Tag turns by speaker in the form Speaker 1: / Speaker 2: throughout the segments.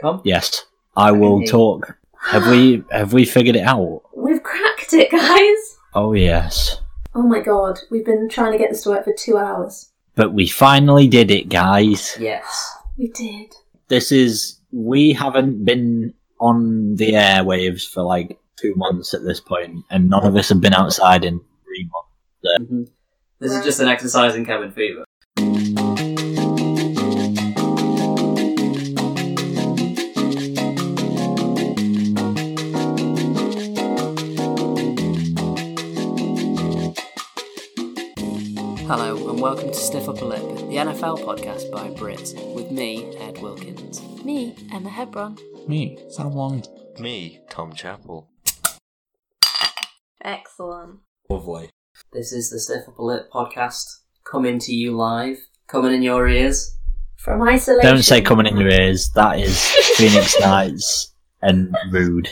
Speaker 1: Tom?
Speaker 2: Yes, I will
Speaker 1: Okay.
Speaker 2: talk. Have we have we figured it out?
Speaker 3: We've cracked it, guys!
Speaker 2: Oh yes,
Speaker 3: Oh my god, we've been trying to get this to work for two hours.
Speaker 2: but we finally did it, guys.
Speaker 1: Yes.
Speaker 3: We did.
Speaker 2: This is we haven't been on the airwaves for like two months at this point, and none of us have been outside in three months.
Speaker 1: hmm This is just an exercise in cabin fever. Hello, and welcome to Stiff Upper Lip, the NFL podcast by Brits, with me, Ed Wilkins.
Speaker 3: Me, Emma Hebron.
Speaker 4: Me, Sam Wong.
Speaker 5: Me, Tom Chappell.
Speaker 3: Excellent.
Speaker 4: Lovely.
Speaker 1: This is the Stiff Upper Lip podcast, coming to you live, coming in your ears.
Speaker 3: From isolation.
Speaker 2: Don't say coming in your ears. That is Phoenix Nights and rude.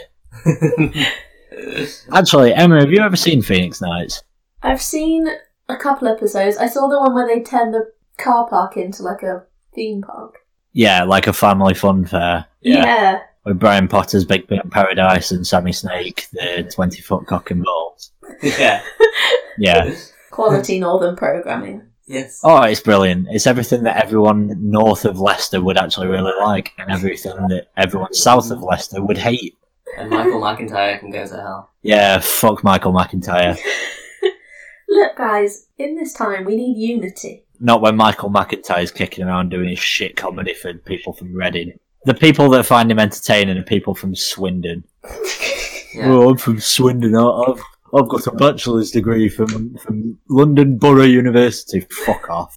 Speaker 2: Actually, Emma, have you ever seen Phoenix Nights?
Speaker 3: I've seen a couple episodes. I saw the one where they turned the car park into like a theme park.
Speaker 2: Yeah, like a family fun fair.
Speaker 3: yeah.
Speaker 2: with Brian Potter's Big Bit of Paradise and Sammy Snake, the 20 foot cock and balls.
Speaker 1: yeah.
Speaker 2: Yeah.
Speaker 3: Quality northern programming.
Speaker 1: Yes.
Speaker 2: Oh, it's brilliant. It's everything that everyone north of Leicester would actually really like, and everything that everyone south of Leicester would hate.
Speaker 1: And Michael McIntyre can go to hell.
Speaker 2: Yeah, fuck Michael McIntyre.
Speaker 3: Look, guys, in this time we need unity.
Speaker 2: Not when Michael McIntyre's kicking around doing his shit comedy for people from Reading. The people that find him entertaining are people from Swindon.
Speaker 1: Yeah.
Speaker 2: Oh, I'm from Swindon. I- I've, I've got a bachelor's degree from, from London Borough University. Fuck off.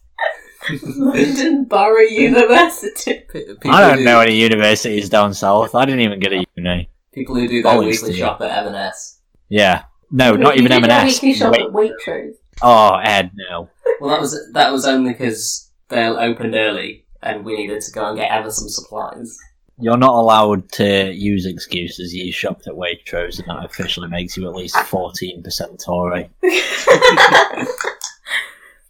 Speaker 3: London Borough University.
Speaker 1: P- people
Speaker 2: I don't
Speaker 1: who-
Speaker 2: know any universities down south. I didn't even get a uni.
Speaker 1: People who do their
Speaker 2: Bollocks
Speaker 1: weekly
Speaker 2: to you.
Speaker 1: shop at M&S.
Speaker 2: Yeah. No, not
Speaker 3: You
Speaker 2: even
Speaker 3: did a
Speaker 2: M&S.
Speaker 3: Weekly shop
Speaker 2: Wait.
Speaker 3: at Waitrose.
Speaker 2: Oh, Ed, no.
Speaker 1: Well, that was that was only because they opened early and we needed to go and get ever some supplies.
Speaker 2: You're not allowed to use excuses. You shopped at Waitrose, and that officially makes you at least 14% Tory.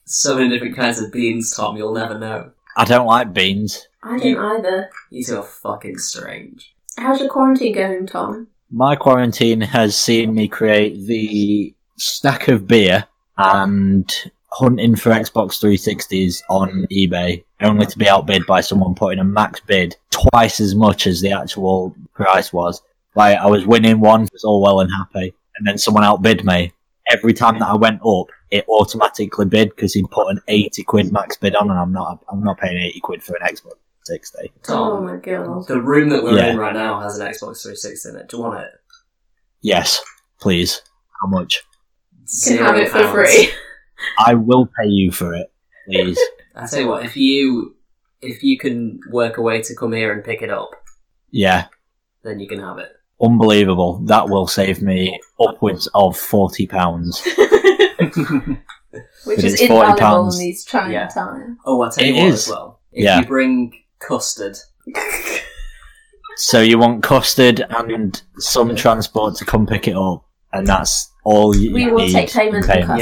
Speaker 1: So many different kinds of beans, Tom. You'll never know.
Speaker 2: I don't like beans.
Speaker 3: I didn't either.
Speaker 1: You two are fucking strange.
Speaker 3: How's your quarantine going, Tom?
Speaker 2: My quarantine has seen me create the stack of beer and hunting for Xbox 360s on eBay, only to be outbid by someone putting a max bid twice as much as the actual price was. Like, I was winning one, was all well and happy, and then someone outbid me. Every time that I went up, it automatically bid because he put an 80 quid max bid on, and I'm not, I'm not paying 80 quid for an Xbox 360.
Speaker 3: Oh
Speaker 1: Tom,
Speaker 3: my god.
Speaker 1: the room that we're
Speaker 2: Yeah.
Speaker 1: in right now has an Xbox 360 in it. Do you want it?
Speaker 2: Yes, please. How much?
Speaker 3: You can have it for
Speaker 1: Zero pounds.
Speaker 3: free.
Speaker 2: I will pay you for it, please.
Speaker 1: I tell you what, if you if you can work a way to come here and pick it up,
Speaker 2: yeah,
Speaker 1: then you can have it.
Speaker 2: unbelievable. That will save me upwards of forty pounds.
Speaker 3: Which
Speaker 2: But
Speaker 3: is
Speaker 2: it's 40
Speaker 3: invaluable
Speaker 2: pounds.
Speaker 3: in these trying
Speaker 1: Yeah.
Speaker 3: times.
Speaker 1: oh, I tell you
Speaker 2: It
Speaker 1: what
Speaker 2: is.
Speaker 1: as well. If
Speaker 2: Yeah.
Speaker 1: you bring custard,
Speaker 2: So you want custard and some transport to come pick it up, and that's all you
Speaker 3: We
Speaker 2: need.
Speaker 3: will take payment for
Speaker 2: Okay.
Speaker 3: custard.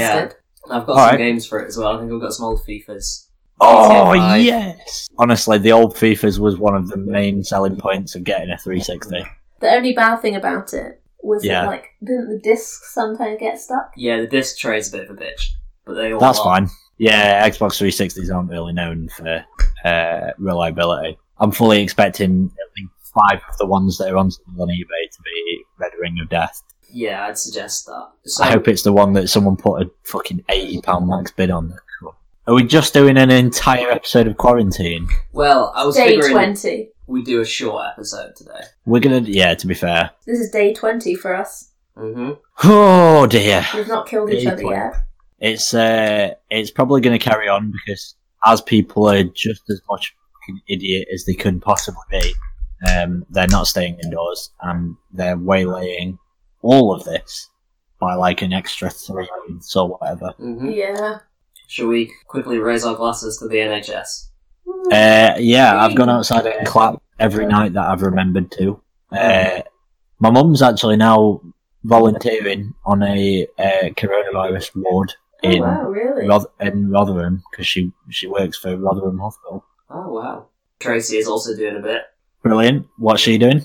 Speaker 1: Yeah. I've got
Speaker 2: All
Speaker 1: some
Speaker 2: right.
Speaker 1: games for it as well. I think I've got some old Fifas.
Speaker 2: Oh
Speaker 1: Five.
Speaker 2: yes! Honestly, the old FIFA's was one of the main selling points of getting a 360.
Speaker 3: The only bad thing about it was
Speaker 2: Yeah.
Speaker 3: that, like, didn't the discs sometimes get stuck?
Speaker 1: Yeah, the disc tray's a bit of a bitch, but they all
Speaker 2: That's
Speaker 1: are.
Speaker 2: fine. Yeah, Xbox 360s aren't really known for uh, reliability. I'm fully expecting at least five of the ones that are on sale on eBay to be Red Ring of Death.
Speaker 1: Yeah, I'd suggest that. So,
Speaker 2: I hope it's the one that someone put a fucking eighty pound max bid on. Are we just doing an entire episode of quarantine?
Speaker 1: well, I was
Speaker 3: Day
Speaker 1: figuring
Speaker 3: 20.
Speaker 1: we'd do a short episode today.
Speaker 2: We're gonna, yeah. To be fair,
Speaker 3: This is day 20 for us.
Speaker 1: Mm-hmm.
Speaker 2: oh dear,
Speaker 3: We've not killed each
Speaker 2: Day
Speaker 3: other
Speaker 2: 20.
Speaker 3: yet.
Speaker 2: it's uh, it's probably gonna carry on because as people are just as much fucking idiot as they can possibly be, um, they're not staying indoors and they're waylaying all of this by like an extra three months or whatever.
Speaker 1: Mm-hmm.
Speaker 3: Yeah.
Speaker 1: Shall we quickly raise our glasses to the NHS?
Speaker 2: Uh, yeah, I've gone outside and clapped every night that I've remembered to. Uh, my mum's actually now volunteering on a uh, coronavirus ward
Speaker 3: oh,
Speaker 2: in
Speaker 3: wow, really?
Speaker 2: Roth- in Rotherham because she she works for Rotherham Hospital.
Speaker 1: Oh wow. Tracy is also doing a bit.
Speaker 2: Brilliant. What's she doing?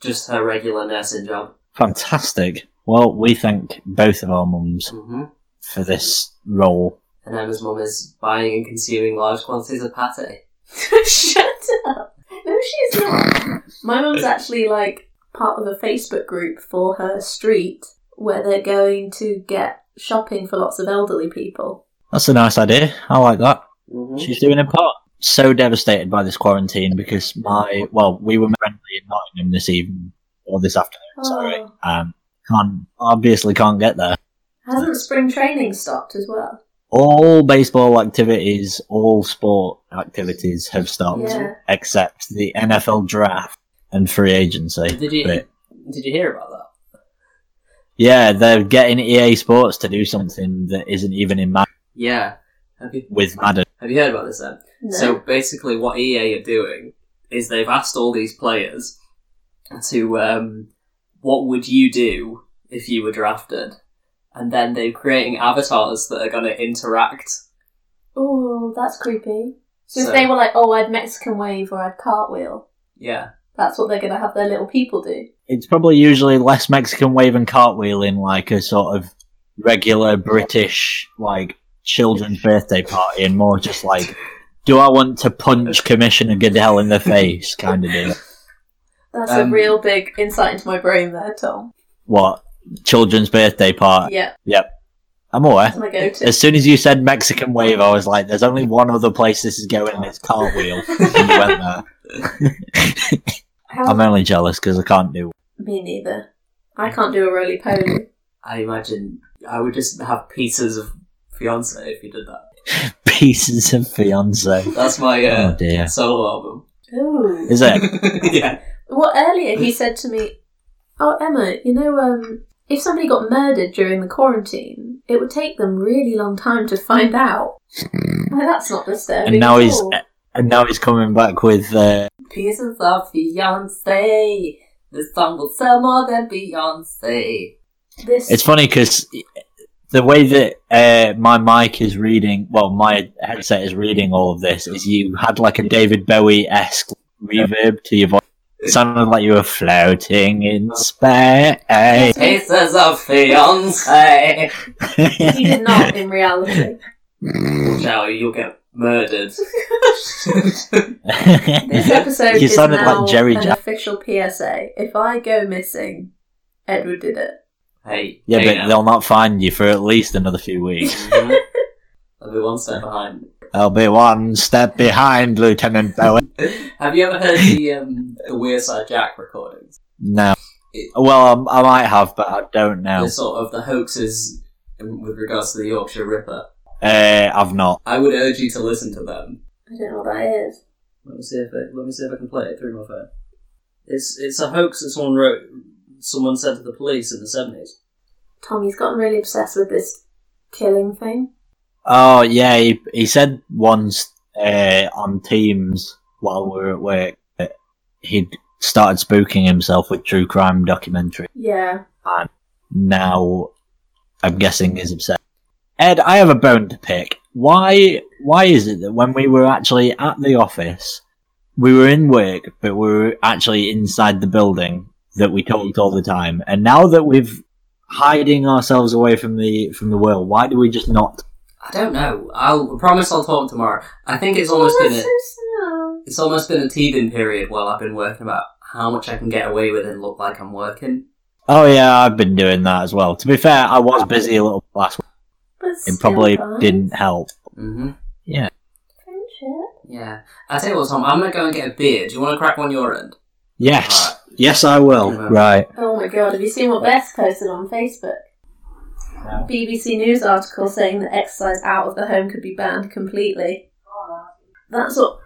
Speaker 1: Just her regular nursing job.
Speaker 2: Fantastic. Well, we thank both of our mums
Speaker 1: hmm
Speaker 2: for this role.
Speaker 1: And Emma's mum is buying and consuming large quantities of pate.
Speaker 3: Shut up. No, she's not. My mum's actually like part of a Facebook group for her street where they're going to get shopping for lots of elderly people.
Speaker 2: That's a nice idea. I like that.
Speaker 1: hmm
Speaker 2: She's doing her part. So devastated by this quarantine because my well, we were friendly in Nottingham this evening or this afternoon. Sorry,
Speaker 3: Oh.
Speaker 2: um, can't obviously can't get there.
Speaker 3: Hasn't spring training stopped as well?
Speaker 2: All baseball activities, all sport activities have stopped
Speaker 3: Yeah.
Speaker 2: except the NFL draft and free agency.
Speaker 1: Did you
Speaker 2: But-
Speaker 1: did you hear about that?
Speaker 2: yeah, they're getting EA Sports to do something that isn't even in Mad-
Speaker 1: Yeah. Have you
Speaker 2: with Madden.
Speaker 1: have you heard about this then?
Speaker 3: No.
Speaker 1: So basically, what EA are doing is they've asked all these players to um, what would you do if you were drafted, and then they're creating avatars that are going to interact.
Speaker 3: oh, that's creepy. So,
Speaker 1: So-
Speaker 3: if they were like, oh, I'd Mexican wave or I'd cartwheel,
Speaker 1: yeah,
Speaker 3: that's what they're going to have their little people do.
Speaker 2: It's probably usually less Mexican wave and cartwheeling, like a sort of regular British like children's birthday party, and more just like, do I want to punch Commissioner Goodell in the face kind of deal.
Speaker 3: That's
Speaker 1: Um,
Speaker 3: a real big insight into my brain there, Tom.
Speaker 2: What children's birthday party?
Speaker 3: Yeah,
Speaker 2: I'm aware.
Speaker 3: that's my go to.
Speaker 2: As soon as you said Mexican wave, I was like, "There's only one other place this is going, and it's cartwheel." and you went there. I'm only jealous because I can't do.
Speaker 3: Me neither. I can't do a roly poly.
Speaker 1: I imagine I would just have pieces of fiance if you did that.
Speaker 2: pieces of fiance.
Speaker 1: That's my
Speaker 2: Oh
Speaker 1: uh,
Speaker 2: dear.
Speaker 1: solo album.
Speaker 3: Ooh.
Speaker 2: Is it?
Speaker 1: yeah,
Speaker 3: Well, earlier he said to me, "Oh, Emma, you know, um, if somebody got murdered during the quarantine, it would take them really long time to find out." well, that's not disturbing.
Speaker 2: Hmm. And now
Speaker 3: at
Speaker 2: he's uh,
Speaker 3: all.
Speaker 2: and now he's coming back with uh,
Speaker 1: pieces of fiance. This song will sell more than Beyonce.
Speaker 3: this.
Speaker 2: it's funny because the way that uh, my mic is reading well my headset is reading all of this is you had like a david bowie-esque reverb to your voice it sounded like you were floating in space
Speaker 1: Pieces of fiance.
Speaker 3: he did not in reality.
Speaker 1: Now you'll get murdered.
Speaker 3: This episode
Speaker 2: You
Speaker 3: is
Speaker 2: sounded
Speaker 3: now
Speaker 2: like Jerry
Speaker 3: an
Speaker 2: Jack-
Speaker 3: official PSA. If I go missing, Edward did it.
Speaker 1: hey,
Speaker 2: yeah
Speaker 1: hey
Speaker 2: but
Speaker 1: now.
Speaker 2: they'll not find you for at least another few weeks
Speaker 1: Mhm. I'll be one step behind.
Speaker 2: i'll be one step behind lieutenant bowie
Speaker 1: Have you ever heard the um, the Weird Side Jack recordings?
Speaker 2: No. Well, I, I might have, but I don't know.
Speaker 1: The sort of the hoaxes um, with regards to the Yorkshire Ripper.
Speaker 2: Uh, I've not.
Speaker 1: I would urge you to listen to them.
Speaker 3: I don't know what that is.
Speaker 1: Let me see if I, let me see if I can play it through my phone. It's it's a hoax that someone wrote. Someone said to the police in the seventies.
Speaker 3: Tommy's gotten really obsessed with this killing thing.
Speaker 2: Oh, yeah, he, he said once uh, on Teams while we were at work that he'd started spooking himself with true crime documentary.
Speaker 3: Yeah.
Speaker 2: Now, I'm guessing is upset. Ed, I have a bone to pick. Why? Why is it that when we were actually at the office, we were in work, but we were actually inside the building that we talked all the time, and now that we've hiding ourselves away from the from the world, why do we just not?
Speaker 1: I don't know. I'll I promise I'll talk tomorrow. I think it's almost
Speaker 3: oh,
Speaker 1: been
Speaker 3: that's
Speaker 1: a,
Speaker 3: so sad.
Speaker 1: it's almost been a teething period while I've been working about how much I can get away with and look like I'm working.
Speaker 2: Oh yeah, I've been doing that as well. To be fair, I was busy a little last week.
Speaker 3: But
Speaker 2: It
Speaker 3: still,
Speaker 2: probably
Speaker 3: guys.
Speaker 2: didn't help.
Speaker 1: Mm-hmm.
Speaker 3: Friendship.
Speaker 1: Yeah. I tell you what, Tom, I'm gonna go and get a beer. Do you want to crack one your end?
Speaker 2: Yes, yes, I will.
Speaker 1: Yeah.
Speaker 2: Right.
Speaker 3: Oh my god, have you seen what Bess posted on Facebook?
Speaker 2: No.
Speaker 3: BBC News article saying that exercise out of the home could be banned completely. That's what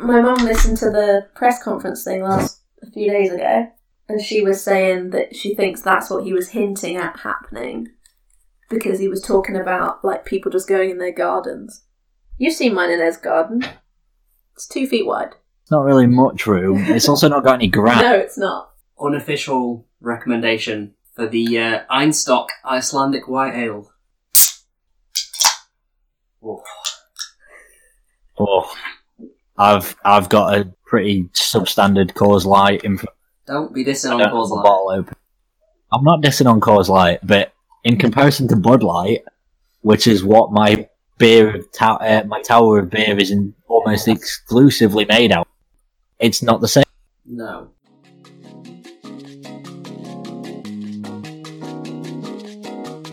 Speaker 3: my mum listened to the press conference thing last a few days ago, and she was saying that she thinks that's what he was hinting at happening because he was talking about like people just going in their gardens. You've seen mine and Ed's garden. It's two feet wide.
Speaker 2: It's not really much room. It's also not got any grass.
Speaker 3: No, it's not.
Speaker 1: Unofficial recommendation for the uh, Einstock Icelandic White Ale.
Speaker 2: Oh, I've I've got a pretty substandard Cause Light in front
Speaker 1: Don't be dissing
Speaker 2: of
Speaker 1: on Buzz
Speaker 2: the
Speaker 1: Light.
Speaker 2: bottle open. I'm not dissing on Cause Light, but in comparison to Bud Light, which is what my beer of ta- uh, my tower of beer is in, almost exclusively made out, it's not the same.
Speaker 1: No.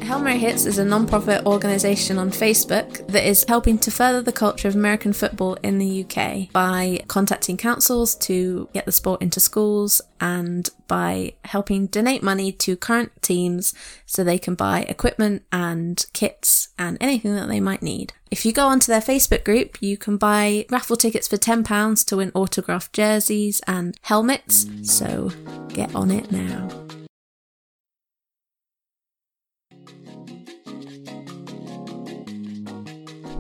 Speaker 4: Helmo Hits is a non-profit organisation on Facebook that is helping to further the culture of American football in the UK by contacting councils to get the sport into schools and by helping donate money to current teams so they can buy equipment and kits and anything that they might need. If you go onto their Facebook group, you can buy raffle tickets for £10 to win autographed jerseys and helmets, so get on it now.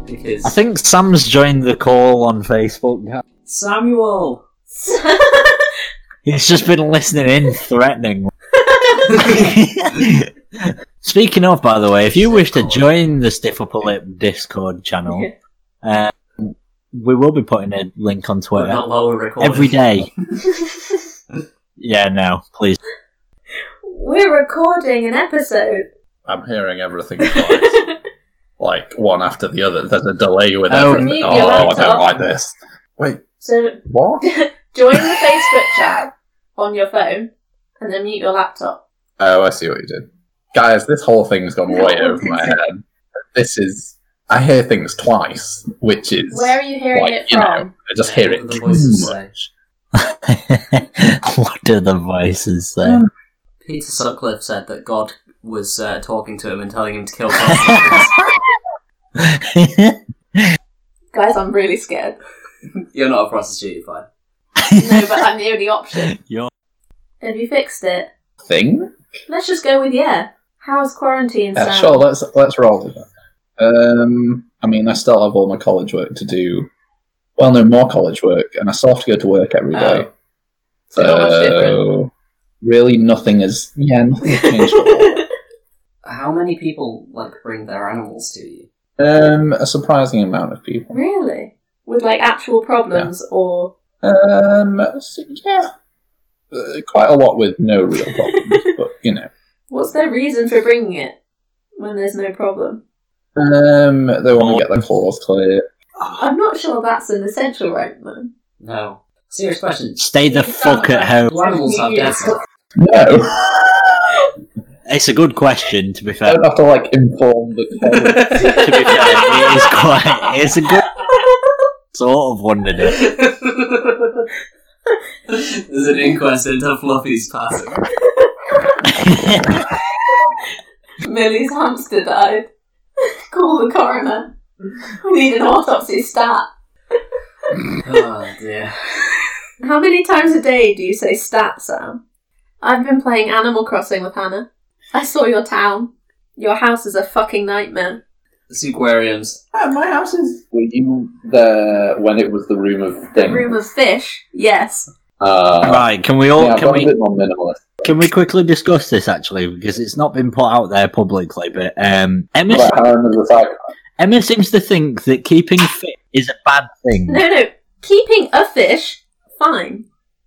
Speaker 1: Because
Speaker 2: I think Sam's joined the call on Facebook.
Speaker 1: Samuel!
Speaker 2: He's just been listening in, threatening. Speaking of, by the way, if you wish to join the Stiff Upper Lip Discord channel, uh, we will be putting a link on
Speaker 1: But
Speaker 2: Twitter
Speaker 1: not while we're recording.
Speaker 2: every day. Yeah, no, please.
Speaker 3: We're recording an episode.
Speaker 6: I'm hearing everything twice, like one after the other. There's a delay with
Speaker 2: Oh,
Speaker 6: everything.
Speaker 3: mute
Speaker 6: Oh,
Speaker 3: your
Speaker 6: I
Speaker 3: laptop.
Speaker 6: don't like this. Wait,
Speaker 3: so
Speaker 6: what?
Speaker 3: join the Facebook chat on your phone and then mute your laptop.
Speaker 6: Oh, I see what you did, guys. This whole thing's gone way over my head. This is. I hear things twice, which is.
Speaker 3: Where are you hearing
Speaker 6: like,
Speaker 3: it
Speaker 6: you
Speaker 3: from?
Speaker 6: know, I just hear it
Speaker 1: What do
Speaker 6: too
Speaker 1: the voices say?
Speaker 6: much.
Speaker 2: what do the voices say?
Speaker 1: Peter Sutcliffe said that God was uh, talking to him and telling him to kill prostitutes.
Speaker 3: Guys, I'm really scared.
Speaker 1: You're not a prostitute, you're fine.
Speaker 3: No, but I'm the only option.
Speaker 2: You're-
Speaker 3: Have you fixed it?
Speaker 6: Thing?
Speaker 3: Let's just go with yeah. How's quarantine
Speaker 6: Yeah,
Speaker 3: sound?
Speaker 6: sure. Let's let's roll with that. Um, I mean, I still have all my college work to do. Well, no more college work, and I still have to go to work every day.
Speaker 3: Oh, So not much
Speaker 6: so really, nothing is. Yeah, nothing has changed. at all.
Speaker 1: How many people like bring their animals to you?
Speaker 6: um, a surprising amount of people.
Speaker 3: really? With like actual problems or
Speaker 6: Um, so, yeah, Uh, quite a lot with no real problems, but you know.
Speaker 3: what's their reason for bringing it when there's no problem?
Speaker 6: Um, they want to get their claws clear. Ah.
Speaker 3: I'm not sure that's an essential right now.
Speaker 1: No. Serious question.
Speaker 2: Stay the fuck at home.
Speaker 1: Do animals have deaths?
Speaker 6: No,
Speaker 2: It's a good question, to be fair.
Speaker 6: don't have to like inform the college.
Speaker 2: to be fair, it is quite. It's a good sort of one to do.
Speaker 1: There's an inquest into Fluffy's passing.
Speaker 3: Millie's hamster died. Call the coroner. We need an autopsy stat.
Speaker 1: Oh dear.
Speaker 3: How many times a day do you say stat, Sam? I've been playing Animal Crossing with Hannah. I saw your town. Your house is a fucking nightmare.
Speaker 1: Sequariums.
Speaker 6: Uh, my house is. Were you there when it was the room of
Speaker 3: The room of fish, yes.
Speaker 6: Uh,
Speaker 2: Right? Can we all?
Speaker 6: yeah, I've
Speaker 2: can
Speaker 6: got
Speaker 2: we?
Speaker 6: a bit more minimalist.
Speaker 2: Can we quickly discuss this actually because it's not been put out there publicly? But um, Emma,
Speaker 6: About Harem as a psycho.
Speaker 2: Emma seems to think that keeping fit is a bad
Speaker 3: No,
Speaker 2: thing.
Speaker 3: no. Keeping a fish, fine.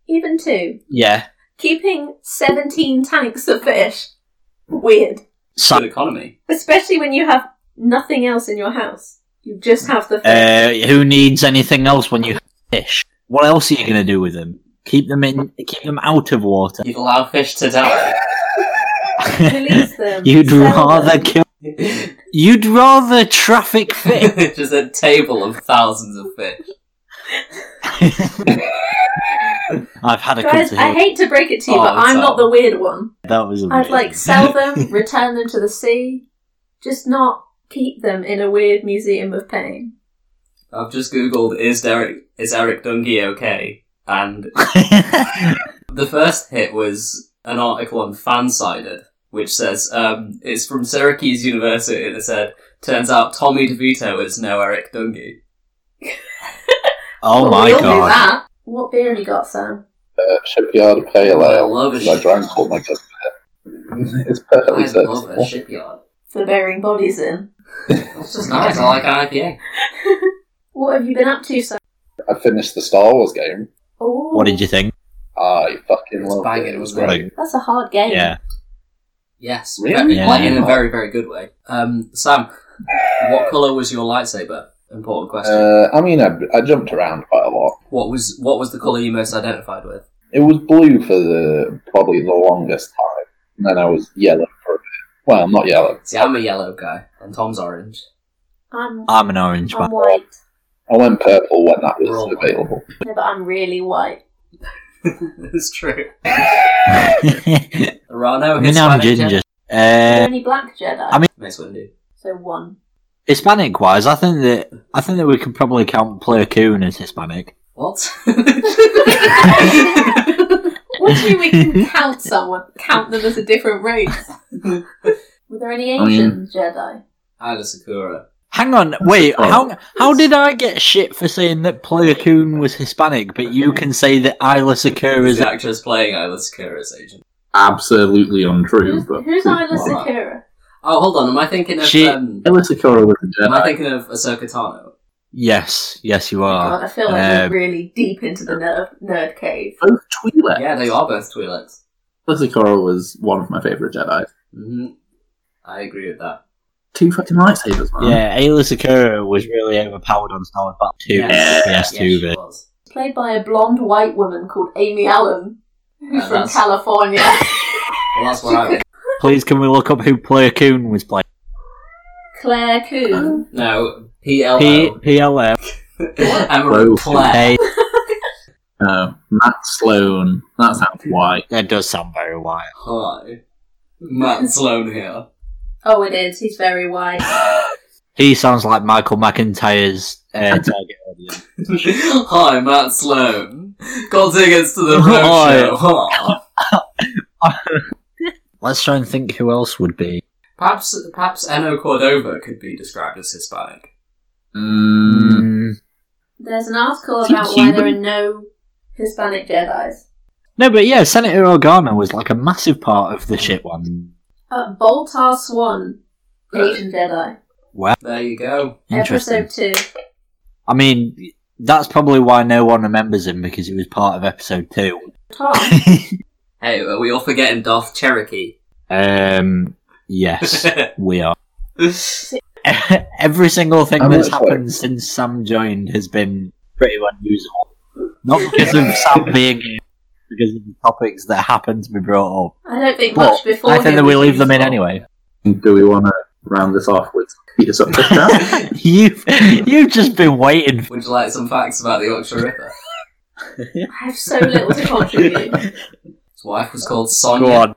Speaker 3: Even two.
Speaker 2: Yeah,
Speaker 3: Keeping 17 tanks of fish, weird.
Speaker 1: Good
Speaker 2: so,
Speaker 1: economy.
Speaker 3: Especially when you have nothing else in your house. You just have the fish.
Speaker 2: uh, who needs anything else when you have fish? What else are you going to do with them? Keep them in. Keep them out of water.
Speaker 1: You'd allow fish to die.
Speaker 3: Release them.
Speaker 2: You'd
Speaker 3: sell
Speaker 2: rather
Speaker 3: them.
Speaker 2: kill. You'd rather traffic fish.
Speaker 1: Just a table of thousands of fish.
Speaker 2: I've had a
Speaker 3: Guys,
Speaker 2: couple.
Speaker 3: I hate to break it to you,
Speaker 1: Oh,
Speaker 3: but I'm
Speaker 1: Sam.
Speaker 3: not the weird one.
Speaker 2: That was.
Speaker 3: I'd
Speaker 2: amazing.
Speaker 3: like sell them, return them to the sea, just not keep them in a weird museum of pain.
Speaker 1: I've just googled is Derek is Eric Dungy okay? And the first hit was an article on Fansided, which says um, it's from Syracuse University and it said, Turns out Tommy DeVito is no Eric Dungy.
Speaker 2: oh
Speaker 3: Well,
Speaker 2: my
Speaker 3: we all do
Speaker 2: god.
Speaker 3: that. What beer have you got, Sam?
Speaker 6: Uh, shipyard pale
Speaker 1: I
Speaker 6: ale.
Speaker 1: love a
Speaker 6: 'cause I drank all my good beer. It's perfectly
Speaker 1: I love a
Speaker 6: serviceable.
Speaker 1: shipyard.
Speaker 3: For burying bodies in.
Speaker 1: It's just nice. I like an IPA.
Speaker 3: What have you been up to, Sam?
Speaker 6: I finished the Star Wars game.
Speaker 3: Ooh,
Speaker 2: What did you think?
Speaker 6: I fucking
Speaker 1: It's
Speaker 6: love
Speaker 1: banging,
Speaker 6: it. It was
Speaker 1: wasn't
Speaker 6: great.
Speaker 3: That's a hard game.
Speaker 2: Yeah.
Speaker 1: Yes,
Speaker 6: Really?
Speaker 1: very-
Speaker 2: Yeah.
Speaker 1: like, in a very very good way. Um, Sam, what color was your lightsaber? Important question.
Speaker 6: Uh, I mean, I, I jumped around quite a lot.
Speaker 1: what was what was the color you most identified with?
Speaker 6: It was blue for the probably the longest time, and then I was yellow for a bit. Well, not yellow.
Speaker 1: See, I'm a yellow guy, and Tom's orange.
Speaker 3: I'm,
Speaker 2: I'm an orange
Speaker 3: I'm
Speaker 2: man.
Speaker 3: white.
Speaker 6: I went purple when that was
Speaker 1: Wrong.
Speaker 6: available.
Speaker 3: No, but I'm really white.
Speaker 1: it's true.
Speaker 2: I
Speaker 1: There are no
Speaker 2: mean, I'm
Speaker 1: Hispanic
Speaker 2: ginger.
Speaker 1: Jedi.
Speaker 3: You're
Speaker 2: Uh,
Speaker 3: only black Jedi.
Speaker 2: I mean-
Speaker 1: Mace Windu.
Speaker 3: so one.
Speaker 2: Hispanic wise, I think that I think that we could probably count Player Coon as Hispanic.
Speaker 1: What?
Speaker 3: What do you mean we can count someone? Count them as a different race? Were there any
Speaker 6: I mean-
Speaker 3: Asian Jedi?
Speaker 1: Isla Sakura.
Speaker 2: Hang on, wait.
Speaker 6: fine.
Speaker 2: How how did I get shit for saying that Player Coon was Hispanic, but you can say that Isla Sakura
Speaker 1: Who's
Speaker 2: is?
Speaker 1: the actress playing Isla Sakura's agent?
Speaker 6: Absolutely untrue.
Speaker 3: Who's, who's Isla Sakura?
Speaker 1: Oh, hold on. Am I thinking of?
Speaker 2: She-
Speaker 1: Um,
Speaker 6: Sakura was a
Speaker 1: am
Speaker 6: Jedi.
Speaker 1: I thinking of Ahsoka Tano?
Speaker 2: Yes, yes, you
Speaker 6: uh,
Speaker 3: God,
Speaker 2: are.
Speaker 3: I feel like we're
Speaker 2: um,
Speaker 3: really deep into the nerd, nerd cave.
Speaker 6: Both Twi'lek.
Speaker 1: Yeah, they are both Twi'leks.
Speaker 6: Ayla Sakura was one of my favourite Jedi.
Speaker 1: hmm I agree with that.
Speaker 6: Two fucking lightsabers,
Speaker 2: Yeah, Ayla Sakura was really overpowered on Star Wars Battle Two
Speaker 1: Yes. Yes,
Speaker 2: PS2
Speaker 1: she
Speaker 2: but
Speaker 1: was.
Speaker 3: Played by a blonde white woman called Amy Allen, who's
Speaker 1: Uh,
Speaker 3: from
Speaker 1: that's-
Speaker 3: California.
Speaker 1: Well, that's where I was.
Speaker 2: Please, can we look up who Player Coon was playing?
Speaker 3: Claire
Speaker 6: Uh-huh.
Speaker 3: Coon.
Speaker 1: No, P L
Speaker 2: P
Speaker 1: O.
Speaker 2: P L F
Speaker 1: Emerald
Speaker 6: Whoa.
Speaker 1: Claire.
Speaker 2: A.
Speaker 6: Uh, Matt Sloan. That sounds white.
Speaker 2: That does sound very wild.
Speaker 1: Hi, Matt Sloan here.
Speaker 3: Oh, it is. He's very white.
Speaker 2: He sounds like Michael McIntyre's uh, target audience.
Speaker 1: Hi, Matt Sloan. Got tickets to the roadshow. Huh.
Speaker 2: Let's try and think who else would be.
Speaker 1: perhaps, perhaps Eno Cordova could be described as Hispanic.
Speaker 6: Mm,
Speaker 2: Mm.
Speaker 3: There's an article
Speaker 6: Is he
Speaker 3: about why there are
Speaker 6: human?
Speaker 3: no Hispanic Jedi's.
Speaker 2: No, but yeah, Senator Organa was like a massive part of the shit one.
Speaker 3: Uh, Boltar Swan, Asian Jedi.
Speaker 1: There you go.
Speaker 2: Interesting.
Speaker 3: Episode 2.
Speaker 2: I mean, that's probably why no one remembers him because he was part of episode two.
Speaker 3: Tom.
Speaker 1: Hey, are we all forgetting Darth Cherokee?
Speaker 2: um, yes, we are.
Speaker 1: That's
Speaker 2: Every single thing
Speaker 6: I'm
Speaker 2: that's
Speaker 6: not sure.
Speaker 2: happened since Sam joined has been pretty unusual. Not because of Sam being here, because of the topics that happened to be brought up.
Speaker 3: I don't think
Speaker 2: Well,
Speaker 3: much before.
Speaker 2: I think
Speaker 3: him
Speaker 2: that we
Speaker 3: was
Speaker 2: leave them in
Speaker 3: useful.
Speaker 2: anyway.
Speaker 6: do we want to round this off with Peter Sutcliffe?
Speaker 2: you've you've just been waiting. For-
Speaker 1: Would you like some facts about the Yorkshire Ripper?
Speaker 3: I have so little to contribute.
Speaker 1: His wife was called
Speaker 2: Go
Speaker 1: Sonia.
Speaker 2: on.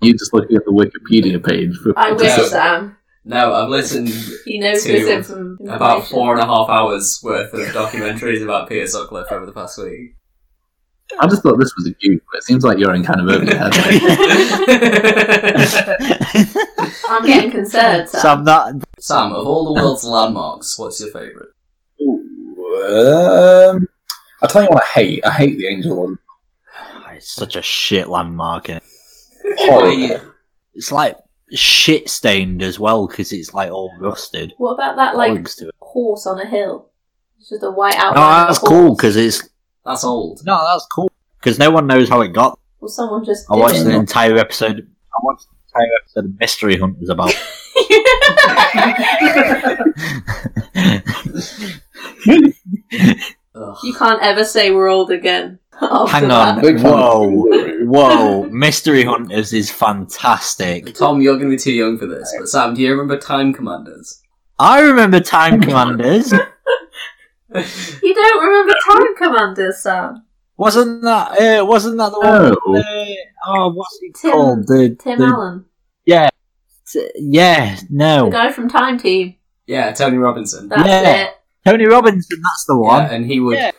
Speaker 6: you just looking at the Wikipedia page for
Speaker 3: I wish,
Speaker 1: Yeah.
Speaker 3: Sam.
Speaker 1: No, I've listened
Speaker 3: He knows
Speaker 1: Two.
Speaker 3: this information.
Speaker 1: about four and a half hours worth of documentaries about Peter Sutcliffe over the past week.
Speaker 6: I just thought this was a joke, but it seems like you're in kind of over your head.
Speaker 3: I'm getting concerned, Sam.
Speaker 2: Sam, that
Speaker 1: Sam, of all the world's landmarks, what's your favourite?
Speaker 6: Ooh, um, I'll tell you what I hate. I hate the angel one.
Speaker 2: it's such a shit landmark. innit?
Speaker 1: Why-
Speaker 2: It's like shit stained as well because it's like all rusted.
Speaker 3: What about that, like,
Speaker 2: Bugs to it.
Speaker 3: horse on a hill? It's just a white
Speaker 2: No,
Speaker 3: outline. of a
Speaker 2: Oh, that's
Speaker 3: horse.
Speaker 2: cool because it's
Speaker 1: That's old.
Speaker 2: no, that's cool because no one knows how it got
Speaker 3: Well, someone just.
Speaker 2: I
Speaker 3: did
Speaker 2: watched
Speaker 3: it.
Speaker 2: an entire episode. I watched an entire episode of Mystery Hunters about.
Speaker 1: Ugh.
Speaker 3: You can't ever say we're old again. after
Speaker 2: Hang
Speaker 3: that.
Speaker 2: on,
Speaker 6: Big fan of
Speaker 2: whoa,
Speaker 6: Kangaroo.
Speaker 2: whoa! Mystery Hunters is fantastic.
Speaker 1: Tom, you're going to be too young for this, but Sam, do you remember Time Commanders?
Speaker 2: I remember Time Commanders.
Speaker 3: You don't remember Time Commanders, Sam.
Speaker 2: Wasn't that? Uh, wasn't that the one?
Speaker 6: Oh,
Speaker 2: with, uh, oh, what's it
Speaker 3: Tim-
Speaker 2: called? The,
Speaker 3: Tim
Speaker 2: the-
Speaker 3: Allen.
Speaker 2: Yeah, T- yeah.
Speaker 3: The
Speaker 2: No,
Speaker 3: guy from Time Team.
Speaker 1: Yeah, Tony Robinson.
Speaker 3: That's
Speaker 2: Oh. Yeah.
Speaker 3: it.
Speaker 2: Tony Robinson. That's the one.
Speaker 1: Yeah, and he would.
Speaker 2: Yeah.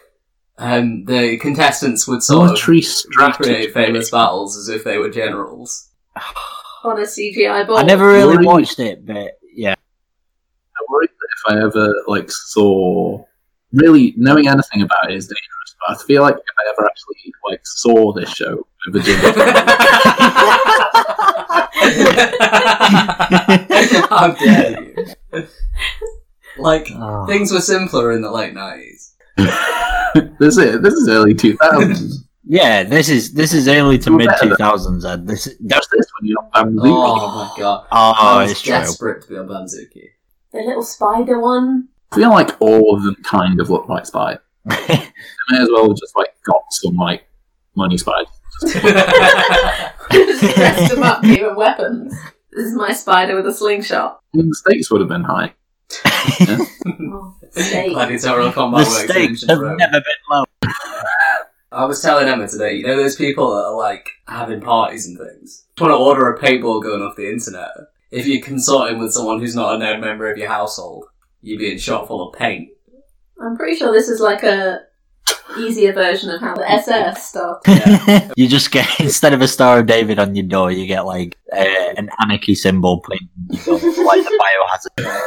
Speaker 1: Um, the contestants would sort of
Speaker 6: military
Speaker 1: recreate
Speaker 6: strategy.
Speaker 1: famous battles as if they were generals.
Speaker 3: On a CGI ball.
Speaker 2: I never really
Speaker 6: Wolverine.
Speaker 2: watched it, but yeah.
Speaker 6: I worry that if I ever like saw really knowing anything about it is dangerous, but I feel like if I ever actually like saw this show with Virginia Woolf,
Speaker 1: How dare you! Like
Speaker 2: Oh. Oh.
Speaker 1: things were simpler in the late nineties.
Speaker 6: this is this is early two thousands.
Speaker 2: Yeah, this is this is early to
Speaker 6: You're
Speaker 2: mid
Speaker 6: better
Speaker 2: two
Speaker 6: than-
Speaker 2: thousands, Ed. This is,
Speaker 6: That's this one. You know, I'm leaving.
Speaker 1: Oh my god.
Speaker 2: oh,
Speaker 1: I was
Speaker 2: it's true.
Speaker 1: desperate to be on Banzuki.
Speaker 3: The little spider one.
Speaker 6: I feel like all of them kind of look like spies. They may as well have just like got some like money spies.
Speaker 3: Just dressed him up here with weapons. This is my spider with a slingshot.
Speaker 6: I mean, the stakes would have been high.
Speaker 3: Oh, steak.
Speaker 1: Gladiatorial combat
Speaker 2: the
Speaker 1: works in
Speaker 2: stakes
Speaker 1: ancient
Speaker 2: have
Speaker 1: Rome.
Speaker 2: never been low.
Speaker 1: I was telling Emma today, you know those people that are like having parties and things? Want to order a paintball gun off the internet? If you're consorting with someone who's not a known member of your household, you're being shot full of paint.
Speaker 3: I'm pretty sure this is like a easier version of how the SS started.
Speaker 1: Yeah.
Speaker 2: you just get instead of a Star of David on your door, you get like uh, an anarchy symbol playing like the biohazard.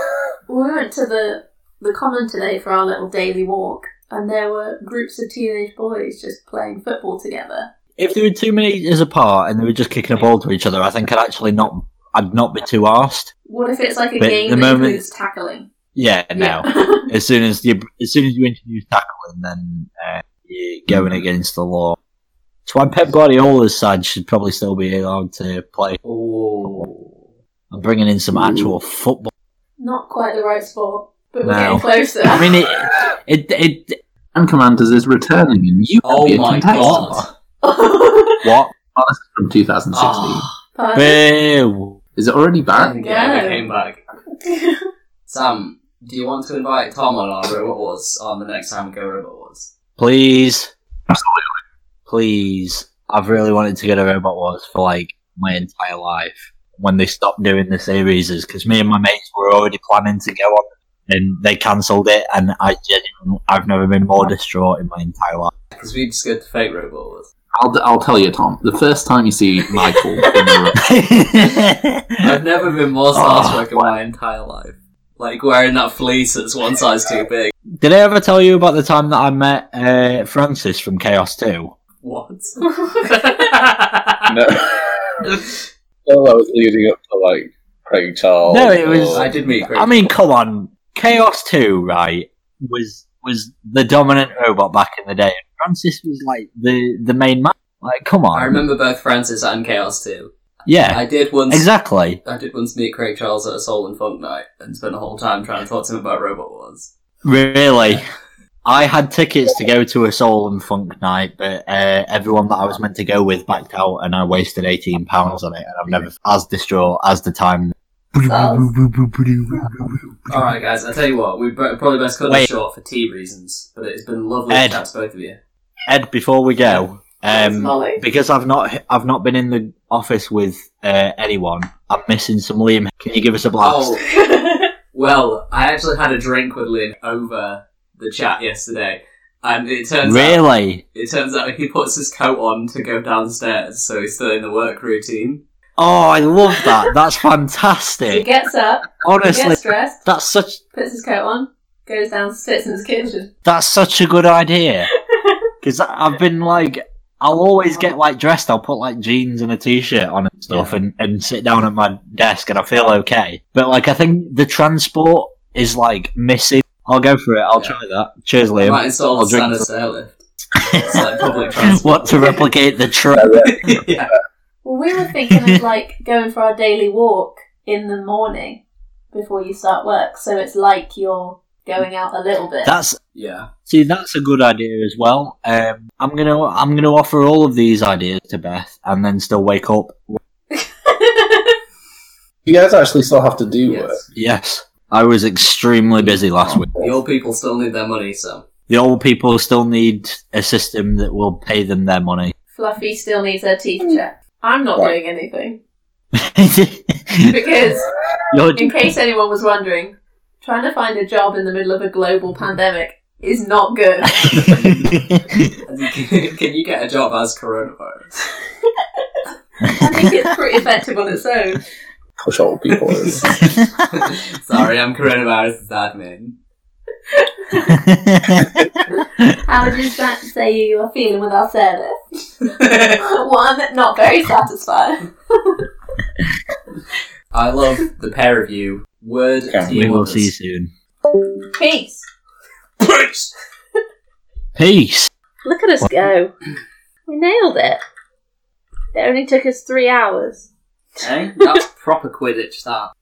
Speaker 3: We went to the the common today for our little daily walk, and there were groups of teenage boys just playing football together.
Speaker 2: If they were two meters apart and they were just kicking a ball to each other, I think I'd actually not. I'd not be too arsed.
Speaker 3: What if it's like a
Speaker 2: But
Speaker 3: game
Speaker 2: the
Speaker 3: that
Speaker 2: moment-
Speaker 3: includes tackling?
Speaker 2: Yeah, no.
Speaker 3: Yeah.
Speaker 2: as soon as you as soon as you introduce tackling, then uh, you're going against the law. That's why Pep Guardiola's side should probably still be allowed to play.
Speaker 1: Oh.
Speaker 2: I'm bringing in some actual football.
Speaker 3: Not quite the right sport, but we're
Speaker 2: No.
Speaker 3: getting closer.
Speaker 2: I mean, it it, it
Speaker 6: And Commanders is returning, and you
Speaker 1: Oh
Speaker 6: will be a
Speaker 1: my
Speaker 6: contestant.
Speaker 1: god.
Speaker 2: what?
Speaker 6: Oh, this is from 2016.
Speaker 1: Ah,
Speaker 3: Pardon?
Speaker 2: Boo!
Speaker 6: Is it already
Speaker 1: I
Speaker 6: back?
Speaker 1: think it ever
Speaker 3: No.
Speaker 1: came back. Sam, do you want to invite Tom on our Robot Wars on the next time we go Robot Wars?
Speaker 2: Please, please. I've really wanted to get a Robot Wars for like my entire life. When they stopped doing the series, because me and my mates were already planning to go on, and they cancelled it. And I genuinely, I've never been more distraught in my entire life.
Speaker 1: Because we just go to fake Robot Wars.
Speaker 6: I'll, I'll tell you, Tom. The first time you see Michael, in the room,
Speaker 1: I've never been more
Speaker 2: Oh,
Speaker 1: starstruck in my entire life. Like wearing that fleece that's one size too big.
Speaker 2: Did I ever tell you about the time that I met uh, Francis from Chaos Two?
Speaker 1: What?
Speaker 7: No. All that Oh, was leading up to like Craig Charles.
Speaker 2: No, it was-
Speaker 1: I did meet Craig.
Speaker 2: I mean, come on, Chaos Two, right? Was was the dominant robot back in the day? and Francis was like the the main man. Like, come on,
Speaker 1: I remember both Francis and Chaos too.
Speaker 2: yeah,
Speaker 1: I did once.
Speaker 2: exactly,
Speaker 1: I did once meet Craig Charles at a Soul and Funk night and spent the whole time trying to talk to him about Robot Wars.
Speaker 2: really. I had tickets to go to a soul and funk night, but uh, everyone that I was meant to go with backed out, and I wasted eighteen pounds on it. And I've never as distraught as the time.
Speaker 1: All right, guys. I tell you what, we be- probably best cut
Speaker 2: Wait.
Speaker 1: this short for tea reasons, but it's been lovely
Speaker 2: Ed.
Speaker 1: to chat to both of you.
Speaker 2: Ed, before we go,
Speaker 3: That's
Speaker 2: um,
Speaker 3: Molly.
Speaker 2: because I've not I've not been in the office with uh, anyone. I'm missing some Liam. Can you give us a blast?
Speaker 1: Oh, well, I actually had a drink with Lynn over the chat yesterday, and it turns out
Speaker 2: really?
Speaker 1: It turns out he puts his coat on to go downstairs, so he's still in the work routine.
Speaker 2: Oh, I love that. That's
Speaker 3: he
Speaker 2: fantastic.
Speaker 3: gets up, he
Speaker 2: Honestly,
Speaker 3: gets dressed,
Speaker 2: that's such
Speaker 3: puts his coat on, goes down, sits in his kitchen.
Speaker 2: that's such a good idea. Because I've been like, I'll always get like dressed. I'll put like jeans and a t-shirt on and stuff, and and sit down at my desk, and I feel okay. But like, I think the transport is like missing. I'll go for it. I'll
Speaker 1: Yeah.
Speaker 2: try that. Cheers,
Speaker 1: I might
Speaker 2: Liam.
Speaker 1: install
Speaker 2: I'll
Speaker 1: a
Speaker 2: drink
Speaker 1: standard stairlift. It's like public transport.
Speaker 2: What to replicate the trend?
Speaker 1: yeah.
Speaker 3: Well, we were thinking of like going for our daily walk in the morning before you start work, so it's like you're going out a little bit.
Speaker 2: That's
Speaker 1: Yeah.
Speaker 2: See, that's a good idea as well. Um, I'm gonna I'm gonna offer all of these ideas to Beth, and then still wake up.
Speaker 7: You guys actually still have to do work.
Speaker 1: Yes.
Speaker 2: Yes, I was extremely busy last week.
Speaker 1: The old people still need their money, so.
Speaker 2: The old people still need a system that will pay them their money.
Speaker 3: Fluffy still needs her teeth checked. I'm not
Speaker 7: Right.
Speaker 3: doing anything
Speaker 2: You're-
Speaker 3: because In case anyone was wondering, trying to find a job in the middle of a global pandemic is not good.
Speaker 1: Can you get a job as coronavirus?
Speaker 3: I think it's pretty effective on its own.
Speaker 7: Push old people over.
Speaker 1: Sorry, I'm coronavirus admin.
Speaker 3: How would you sa- say you are feeling with our service? One, not very satisfied.
Speaker 1: I love the pair of you. Word
Speaker 7: Yeah,
Speaker 1: to you.
Speaker 2: we will
Speaker 1: others.
Speaker 2: see you soon.
Speaker 3: Peace.
Speaker 1: Peace!
Speaker 2: Peace.
Speaker 3: Look at us go. We nailed it. It only took us three hours.
Speaker 1: Eh? That's proper Quidditch, that.